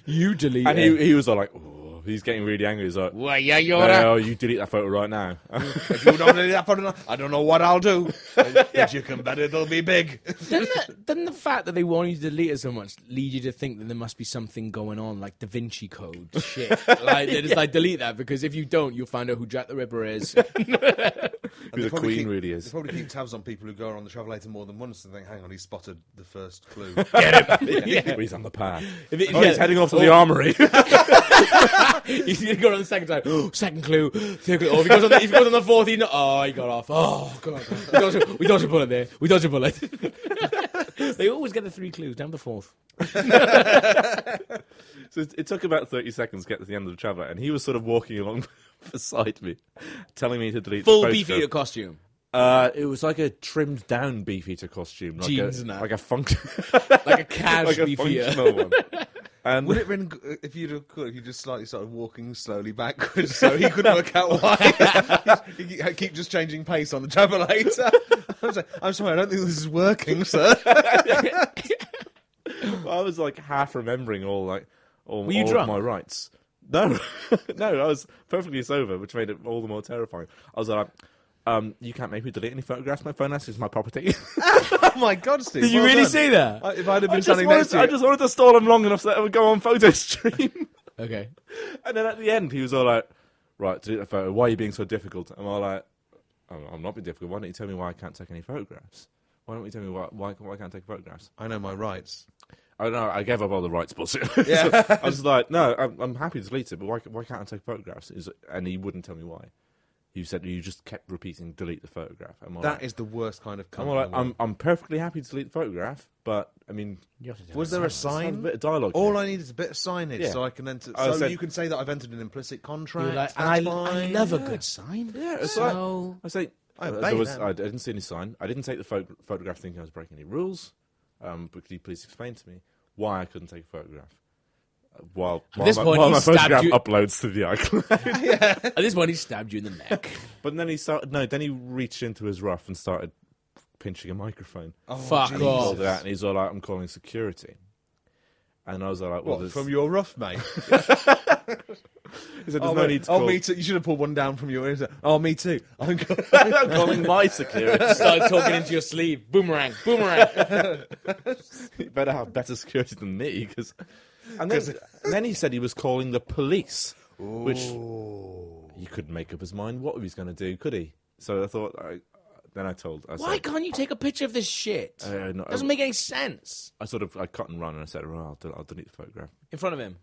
Speaker 1: you delete
Speaker 3: And
Speaker 1: it.
Speaker 3: he, he was all like, oh, he's getting really angry. He's like,
Speaker 1: Why, yeah, you're a-
Speaker 3: no, you delete that photo right now.
Speaker 2: if you don't do that for enough, I don't know what I'll do. But you can bet it'll be big.
Speaker 1: doesn't, the, doesn't the fact that they want you to delete it so much lead you to think that there must be something going on, like Da Vinci Code shit? like, they just like delete that because if you don't, you'll find out who Jack the Ripper is.
Speaker 3: Who the
Speaker 2: Probably
Speaker 3: queen
Speaker 2: keep-
Speaker 3: really
Speaker 2: They
Speaker 3: is.
Speaker 2: probably keep tabs on people who go on the travel later more than once and think, hang on, he spotted the first clue.
Speaker 3: But he's on the path.
Speaker 1: If it-
Speaker 3: Oh,
Speaker 1: yeah.
Speaker 3: he's heading off to the armory.
Speaker 1: He's gonna go on the second time. second clue. Third clue. Oh, if he goes on the, if he goes on the fourth, he kno- oh he got off. Oh god, we dodged, a, we dodged a bullet there. We dodged a bullet. they always get the three clues down the fourth.
Speaker 3: So it, it took about 30 seconds to get to the end of the travel, and he was sort of walking along beside me, telling me to delete
Speaker 1: Full
Speaker 3: the
Speaker 1: beef
Speaker 3: photo.
Speaker 1: eater costume.
Speaker 3: Uh, it was like a trimmed down beef eater costume, like
Speaker 1: Jeans
Speaker 3: a,
Speaker 1: and that.
Speaker 3: like a function,
Speaker 1: Like a cash
Speaker 3: like a
Speaker 1: beef eater.
Speaker 3: functional one. And
Speaker 2: Would it have been g- uh, if you'd have could, if you just slightly started walking slowly backwards so he could work out why? he ke- keep just changing pace on the travel later. I'm, sorry, I'm sorry, I don't think this is working, sir.
Speaker 3: I was like half remembering all like all,
Speaker 1: you
Speaker 3: all of
Speaker 1: drunk?
Speaker 3: my rights. No, no, I was perfectly sober, which made it all the more terrifying. I was like, um, "You can't make me delete any photographs. My phone has is my property."
Speaker 2: oh my god, Steve.
Speaker 1: Did you
Speaker 2: well
Speaker 1: really
Speaker 2: done.
Speaker 1: say that?
Speaker 2: I, if I'd have
Speaker 3: I
Speaker 2: been
Speaker 3: just,
Speaker 2: standing
Speaker 3: wanted
Speaker 2: next
Speaker 3: to,
Speaker 2: to
Speaker 3: I
Speaker 2: you,
Speaker 3: just wanted to stall him long enough so that it would go on photo stream.
Speaker 1: okay.
Speaker 3: And then at the end, he was all like, "Right, delete the photo. Why are you being so difficult?" And I'm all like, "I'm, I'm not being difficult. Why don't you tell me why I can't take any photographs? Why don't you tell me why why, why I can't take photographs?"
Speaker 2: I know my rights.
Speaker 3: Oh no, I gave up all the rights bullshit. Yeah. I was like, "No, I'm, I'm happy to delete it, but why why can't I take photographs?" He's like- and he wouldn't tell me why. He said, "You just kept repeating, delete the photograph." I'm all
Speaker 2: That
Speaker 3: like-
Speaker 2: is the worst kind of.
Speaker 3: I'm
Speaker 2: cunt
Speaker 3: all
Speaker 2: in
Speaker 3: like,
Speaker 2: the world.
Speaker 3: I'm, I'm perfectly happy to delete the photograph, but I mean,
Speaker 2: Um, Was there a
Speaker 3: have a
Speaker 2: sign?
Speaker 3: bit of dialogue.
Speaker 2: All
Speaker 3: here.
Speaker 2: I need is a bit of signage,
Speaker 3: Yeah.
Speaker 2: so I can enter.
Speaker 3: I
Speaker 2: So
Speaker 3: said-
Speaker 2: you can say that I've entered an implicit contract.
Speaker 1: You're like,
Speaker 2: that's
Speaker 1: I, I
Speaker 2: fine.
Speaker 1: love a good sign.
Speaker 3: Yeah, it's
Speaker 1: so
Speaker 3: I say
Speaker 2: I
Speaker 3: uh,
Speaker 2: obey
Speaker 3: there was,
Speaker 2: them.
Speaker 3: I, I didn't see any sign. I didn't take the pho- photograph thinking I was breaking any rules. Um, but could you please explain to me why I couldn't take a photograph? Uh, While, while,
Speaker 1: this
Speaker 3: my,
Speaker 1: point,
Speaker 3: while
Speaker 1: he
Speaker 3: my
Speaker 1: stabbed
Speaker 3: photograph
Speaker 1: you-
Speaker 3: uploads to the iCloud.
Speaker 1: at this point he stabbed you in the neck.
Speaker 3: but then he started. No, then he reached into his rough and started pinching a microphone.
Speaker 1: Fuck
Speaker 2: Oh, Jesus.
Speaker 3: All
Speaker 1: off.
Speaker 3: that, and he's all like, "I'm calling security." And I was all like, "Well,
Speaker 2: What,
Speaker 3: there's,
Speaker 2: from your rough, mate?
Speaker 3: he said, there's
Speaker 2: oh,
Speaker 3: no
Speaker 2: wait.
Speaker 3: need to
Speaker 2: Oh,
Speaker 3: call.
Speaker 2: me too. You should have pulled one down from your ears. Oh, me too. I'm go-
Speaker 3: I'm calling my security.
Speaker 1: Started talking into your sleeve. Boomerang. Boomerang.
Speaker 3: You better have better security than me, because. And then, and then he said he was calling the police, which he couldn't make up his mind what he was going to do, could he? So I thought. I, then I told. I
Speaker 1: Why
Speaker 3: said,
Speaker 1: can't you take a picture of this shit?
Speaker 3: Uh, no, I-
Speaker 1: Doesn't make any sense.
Speaker 3: I sort of I cut and run, and I said, "Well, I'll, del- I'll delete the photograph."
Speaker 1: In front of him.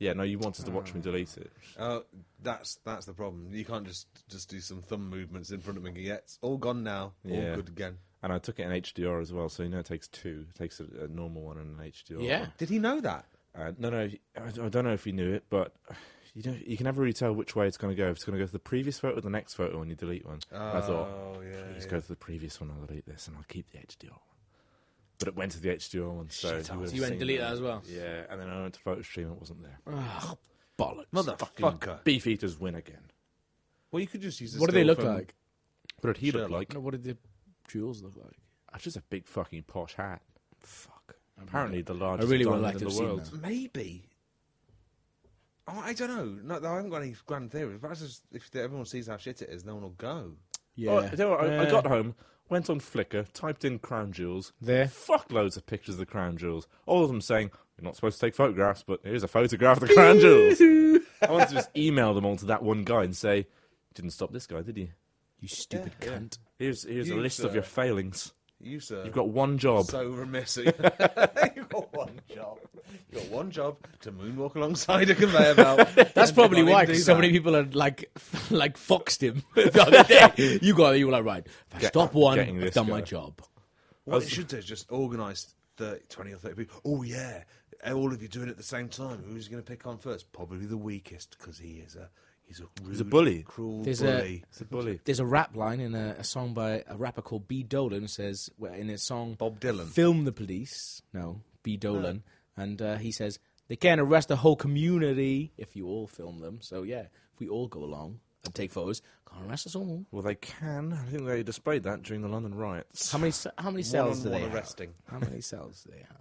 Speaker 3: Yeah, no, you wanted to watch
Speaker 1: Ah.
Speaker 3: me delete it.
Speaker 2: Oh, that's that's the problem. You can't just just do some thumb movements in front of me. Yeah, it's all gone now.
Speaker 3: Yeah.
Speaker 2: All good again.
Speaker 3: And I took it in HDR as well, so you know it takes two. It takes a, a normal one and an HDR.
Speaker 1: Yeah.
Speaker 3: one.
Speaker 2: Did he know that?
Speaker 3: Uh, no, no, I, I don't know if you knew it, but you don't, you can never really tell which way it's going to go. If it's going to go to the previous photo or the next photo when you delete one. I thought,
Speaker 2: Oh, yeah,
Speaker 3: please go to the previous one, I'll delete this, and I'll keep the HDR one. But it went to the HDR one, so you, would've
Speaker 1: So you went and
Speaker 3: seen
Speaker 1: deleted that as well?
Speaker 3: Yeah, and then I went to PhotoStream, and it wasn't there.
Speaker 1: Bollocks.
Speaker 2: Motherfucker.
Speaker 3: Beef eaters win again.
Speaker 2: Well, you could just use. a
Speaker 1: What do they
Speaker 2: still
Speaker 1: look
Speaker 2: from-
Speaker 1: like?
Speaker 3: What did he look
Speaker 2: Sherlock.
Speaker 3: like?
Speaker 1: No, what did the jewels look like?
Speaker 3: That's just a big fucking posh hat.
Speaker 1: Fuck.
Speaker 3: Apparently, the
Speaker 1: I
Speaker 3: largest
Speaker 1: really would
Speaker 3: diamond
Speaker 1: like to
Speaker 3: in
Speaker 1: have
Speaker 3: the
Speaker 1: seen
Speaker 3: world.
Speaker 1: that.
Speaker 2: Maybe. Oh, I don't know. No, I haven't got any grand theories. But that's just, if everyone sees how shit it is, no one will go.
Speaker 1: Yeah.
Speaker 3: Oh, you know what, I, I got home, went on Flickr, typed in crown jewels.
Speaker 1: There.
Speaker 3: Fuck loads of pictures of the crown jewels. All of them saying, you're not supposed to take photographs, but here's a photograph of the crown jewels. I wanted to just email them all to that one guy and say, didn't stop this guy, did you?
Speaker 1: you stupid cunt.
Speaker 3: Here's, here's a
Speaker 2: You,
Speaker 3: list
Speaker 2: sir.
Speaker 3: of your failings.
Speaker 2: You sir,
Speaker 3: You've got one job.
Speaker 2: so remiss. You've got one job. You've got one job to moonwalk alongside a conveyor belt.
Speaker 1: That's probably why,
Speaker 2: do
Speaker 1: because so
Speaker 2: that.
Speaker 1: many people had like, like foxed him the other day. You got, you were like, right, if I stop one,
Speaker 3: getting
Speaker 1: I've
Speaker 3: this
Speaker 1: done
Speaker 3: guy.
Speaker 1: my job.
Speaker 2: What they should do is just organise 30, 20 or 30 people. Oh, yeah. All of you doing it at the same time. Who's going to pick on first? Probably the weakest because he is a He's a,
Speaker 3: He's a
Speaker 2: rude,
Speaker 3: bully.
Speaker 2: Cruel
Speaker 1: There's a-
Speaker 2: bully.
Speaker 3: It's a bully.
Speaker 1: There's a rap line in a, a song by a rapper called B Dolan who says well, in his song
Speaker 2: Bob Dylan.
Speaker 1: "Film the Police." No, B Dolan, and uh, he says they can't arrest the whole community if you all film them. So yeah, if we all go along and take photos, can't arrest us all.
Speaker 3: Well, they can. I think they displayed that during the London riots.
Speaker 1: How many ce- how many cells do
Speaker 2: one-on-one
Speaker 1: they have?
Speaker 2: arresting.
Speaker 1: How many cells do they have?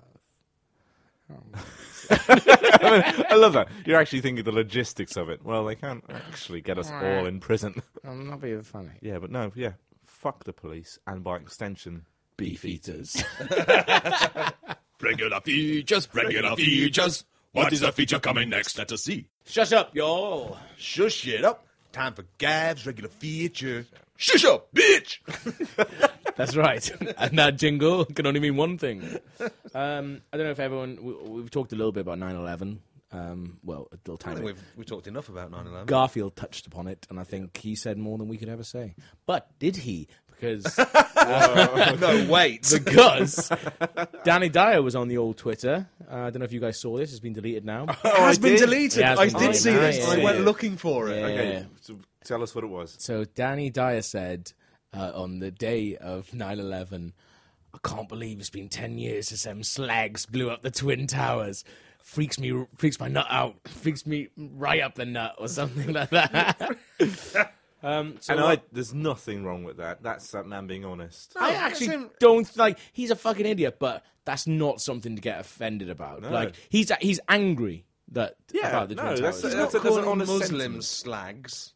Speaker 1: Um,
Speaker 3: I love that. You're actually thinking the logistics of it. Well, they can't actually get us all in prison.
Speaker 1: I'm not being funny.
Speaker 3: yeah, but no, yeah. Fuck the police, and by extension, beef eaters.
Speaker 6: Regular features, regular features. What is the feature coming next? Let us see.
Speaker 1: Shut up, y'all.
Speaker 2: Shush it up. Time for Gav's regular feature.
Speaker 6: Shush up, bitch!
Speaker 1: That's right. and that jingle can only mean one thing. Um, I don't know if everyone. We, we've talked a little bit about 9 11. Um, well, a little time.
Speaker 2: I think
Speaker 1: ago.
Speaker 2: we've we talked enough about 9/11.
Speaker 1: Garfield touched upon it, and I think he said more than we could ever say. But did he? Because
Speaker 2: no, wait.
Speaker 1: because Danny Dyer was on the old Twitter. Uh, I don't know if you guys saw this. It's been deleted now.
Speaker 2: It has
Speaker 3: I
Speaker 2: been
Speaker 3: did.
Speaker 2: deleted.
Speaker 1: It has
Speaker 2: I
Speaker 1: been
Speaker 2: did
Speaker 1: deleted.
Speaker 2: see this.
Speaker 1: Nice.
Speaker 2: I went
Speaker 3: Yeah.
Speaker 2: looking for it.
Speaker 1: Yeah.
Speaker 3: okay, so tell us what it was.
Speaker 1: So Danny Dyer said uh, on the day of 9/11, I can't believe it's been 10 years since them slags blew up the twin towers. Freaks me, freaks my nut out. Freaks me right up the nut or something like that. um, so
Speaker 3: And
Speaker 1: what-
Speaker 3: I, there's nothing wrong with that. That's that man being honest.
Speaker 1: I
Speaker 2: that's
Speaker 1: actually
Speaker 2: him.
Speaker 1: don't like. He's a fucking idiot, but that's not something to get offended about. Like he's he's angry that
Speaker 3: Yeah,
Speaker 1: about the twin
Speaker 3: no,
Speaker 1: towers.
Speaker 2: He's
Speaker 3: that's- that's
Speaker 2: not
Speaker 3: a- that's an
Speaker 2: calling
Speaker 3: honest
Speaker 2: Muslims slags.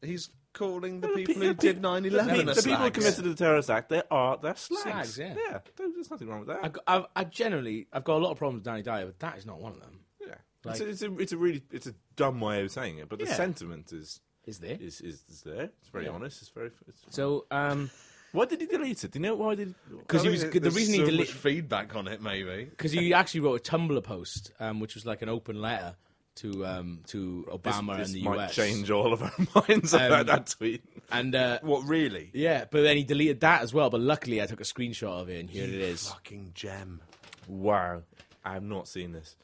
Speaker 2: He's calling the people who did 9/11
Speaker 3: The, pe-
Speaker 2: a
Speaker 3: the people who
Speaker 2: slags.
Speaker 3: committed the terrorist act, they are they're slags.
Speaker 1: Slags, yeah.
Speaker 3: yeah. there- There's nothing wrong with that.
Speaker 1: I, I, I generally I've got a lot of problems with Danny Dyer, but that is not one of them.
Speaker 3: yeah.
Speaker 1: Like-
Speaker 3: it's, a, it's, a, it's a really it's a dumb way of saying it, but the
Speaker 1: Yeah.
Speaker 3: sentiment is
Speaker 1: Is there?
Speaker 3: is, is, is there. It's very honest. It's very. It's
Speaker 1: So um.
Speaker 3: why did he delete it? Do you know why did?
Speaker 1: because he
Speaker 2: I
Speaker 1: was
Speaker 2: mean,
Speaker 1: the
Speaker 2: there's
Speaker 1: reason he
Speaker 2: so
Speaker 1: deleted
Speaker 2: much feedback on it, maybe.
Speaker 1: because he actually wrote a Tumblr post, um, which was like an open letter to um, to Obama
Speaker 3: this
Speaker 1: and the
Speaker 3: might
Speaker 1: US.
Speaker 3: change all of our minds
Speaker 1: Um,
Speaker 3: about that tweet.
Speaker 1: And uh,
Speaker 2: What really?
Speaker 1: yeah, but then he deleted that as well. But luckily, I took a screenshot of it, and here it is.
Speaker 2: Fucking gem.
Speaker 3: Wow, I have not seen this.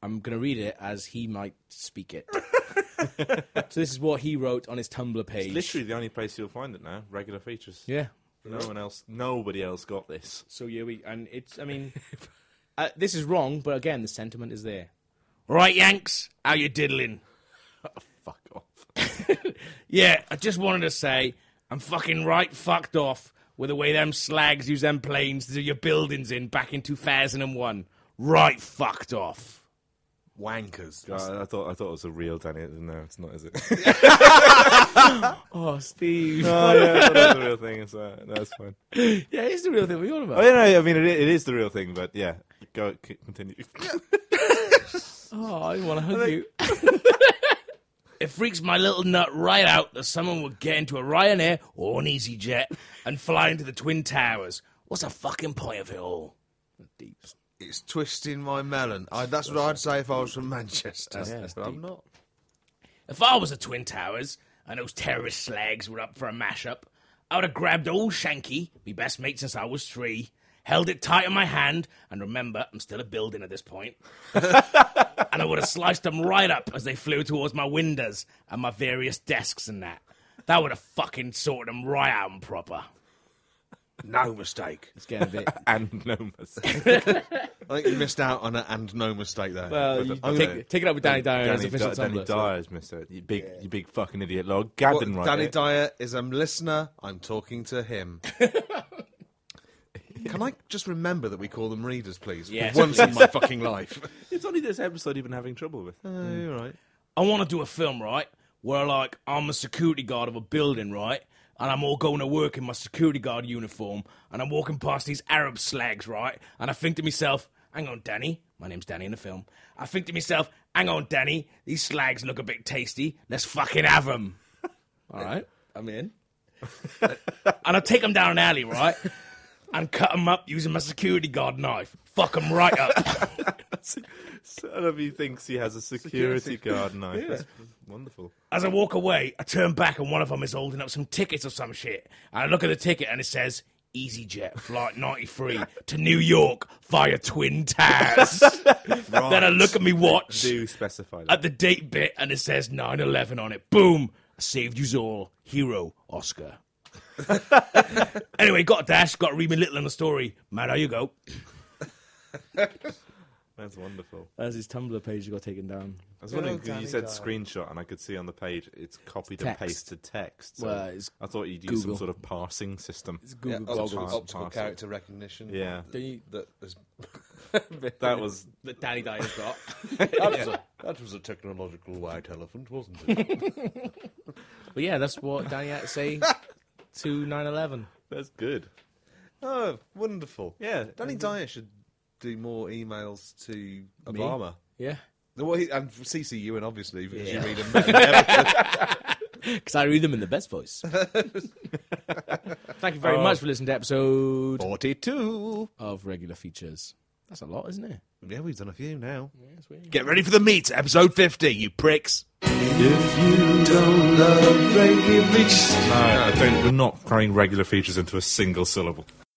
Speaker 1: I'm going to read it as he might speak it. so this is what he wrote on his Tumblr page.
Speaker 3: Literally the only place you'll find it now. Regular features.
Speaker 1: yeah.
Speaker 3: No one else. Nobody else got this.
Speaker 1: So yeah, we and it's. I mean, uh, this is wrong, but again, the sentiment is there. Right, Yanks, how you diddling?
Speaker 3: Fuck off.
Speaker 1: Yeah, I just wanted to say I'm fucking right fucked off with the way them slags use them planes to do your buildings in back in 2001. Right fucked off.
Speaker 2: Wankers.
Speaker 3: I, I thought I thought it was a real Danny. No, it's not, is it?
Speaker 1: Oh, Steve.
Speaker 3: oh yeah, I thought it was a real thing. So that's fine.
Speaker 1: yeah, it's the real thing we all
Speaker 3: Oh
Speaker 1: about.
Speaker 3: yeah, no, I mean it, i- it is the real thing, but yeah, go c- continue.
Speaker 1: Oh, I want to hug you. it freaks my little nut right out that someone would get into a Ryanair or an EasyJet and fly into the Twin Towers. What's the fucking point of it all? Deep.
Speaker 2: It's twisting my melon. I, that's what I'd say if I was from Manchester. but I'm not.
Speaker 1: If I was the Twin Towers and those terrorist slags were up for a mashup, I would have grabbed old Shanky, me best mate since I was three, held it tight in my hand, and remember, I'm still a building at this point. and I would have sliced them right up as they flew towards my windows and my various desks and that. That would have fucking sorted them right out and proper.
Speaker 2: No mistake.
Speaker 1: It's getting a bit.
Speaker 3: and no mistake.
Speaker 2: I think you missed out on it and no mistake there.
Speaker 3: Uh, you- I'm take- gonna-
Speaker 1: it up with Danny Dyer
Speaker 3: Danny, Di- Danny Dyer's Mister. You big, you big fucking idiot log. Gad
Speaker 2: Well,
Speaker 3: didn't write
Speaker 2: Danny
Speaker 3: it.
Speaker 2: Dyer is a listener. I'm talking to him. Can I just remember that we call them readers, please? For
Speaker 1: Yes,
Speaker 2: Once in my fucking life.
Speaker 3: It's only this episode even having trouble with.
Speaker 2: Oh, you're right.
Speaker 1: I want to do a film, right? Where like I'm a security guard of a building, right? And I'm all going to work in my security guard uniform, and I'm walking past these Arab slags, right? And I think to myself, hang on, Danny. My name's Danny in the film. I think to myself, hang on, Danny. These slags look a bit tasty. Let's fucking have 'em. All right, I'm in. and I take 'em down an alley, right? And cut 'em up using my security guard knife. Fuck 'em right up.
Speaker 3: Son of he thinks he has a security guard knife. That's wonderful.
Speaker 1: As I walk away, I turn back and one of them is holding up some tickets or some shit. And I look at the ticket and it says EasyJet Flight 93 to New York via twin tabs. Then I look at me watch
Speaker 3: Do specify that.
Speaker 1: at the date bit and it says 9-11 on it. Boom! I saved you all. Hero, Oscar. anyway, got a dash, got Remy Little in the story. Man, how you go.
Speaker 3: That's wonderful.
Speaker 1: That's his Tumblr page got taken down.
Speaker 3: I was wondering
Speaker 2: old
Speaker 3: 'cause you
Speaker 2: Danny
Speaker 3: said
Speaker 2: Dyer.
Speaker 3: screenshot, and I could see on the page it's copied
Speaker 1: Text.
Speaker 3: and pasted text. So
Speaker 1: Well, it's
Speaker 3: I thought you'd use
Speaker 1: Google.
Speaker 3: some sort of parsing system.
Speaker 2: Yeah,
Speaker 1: Google
Speaker 2: optical,
Speaker 3: goggles.
Speaker 2: optical
Speaker 3: Parcel.
Speaker 2: character recognition.
Speaker 3: Yeah.
Speaker 2: That,
Speaker 1: you-
Speaker 2: that is-
Speaker 3: That was
Speaker 1: that Danny Dyer's got.
Speaker 2: that, was a, that was a technological white elephant, wasn't it?
Speaker 1: but yeah, that's what Danny had to say to 9-11.
Speaker 3: that's good.
Speaker 2: oh, wonderful.
Speaker 3: Yeah,
Speaker 2: Danny Dyer should do more emails to Obama.
Speaker 1: Yeah.
Speaker 2: Well, he, and CC Ewan, obviously, because
Speaker 1: Yeah.
Speaker 2: you read him better than everything.
Speaker 1: Because I read them in the best voice. Thank you very much for listening to episode
Speaker 2: 42.
Speaker 1: of Regular Features. That's a lot, isn't it?
Speaker 2: Yeah, we've done a few now.
Speaker 6: Get ready for the meat, episode 50, you pricks.
Speaker 3: No, I don't. We're not throwing regular features into a single syllable.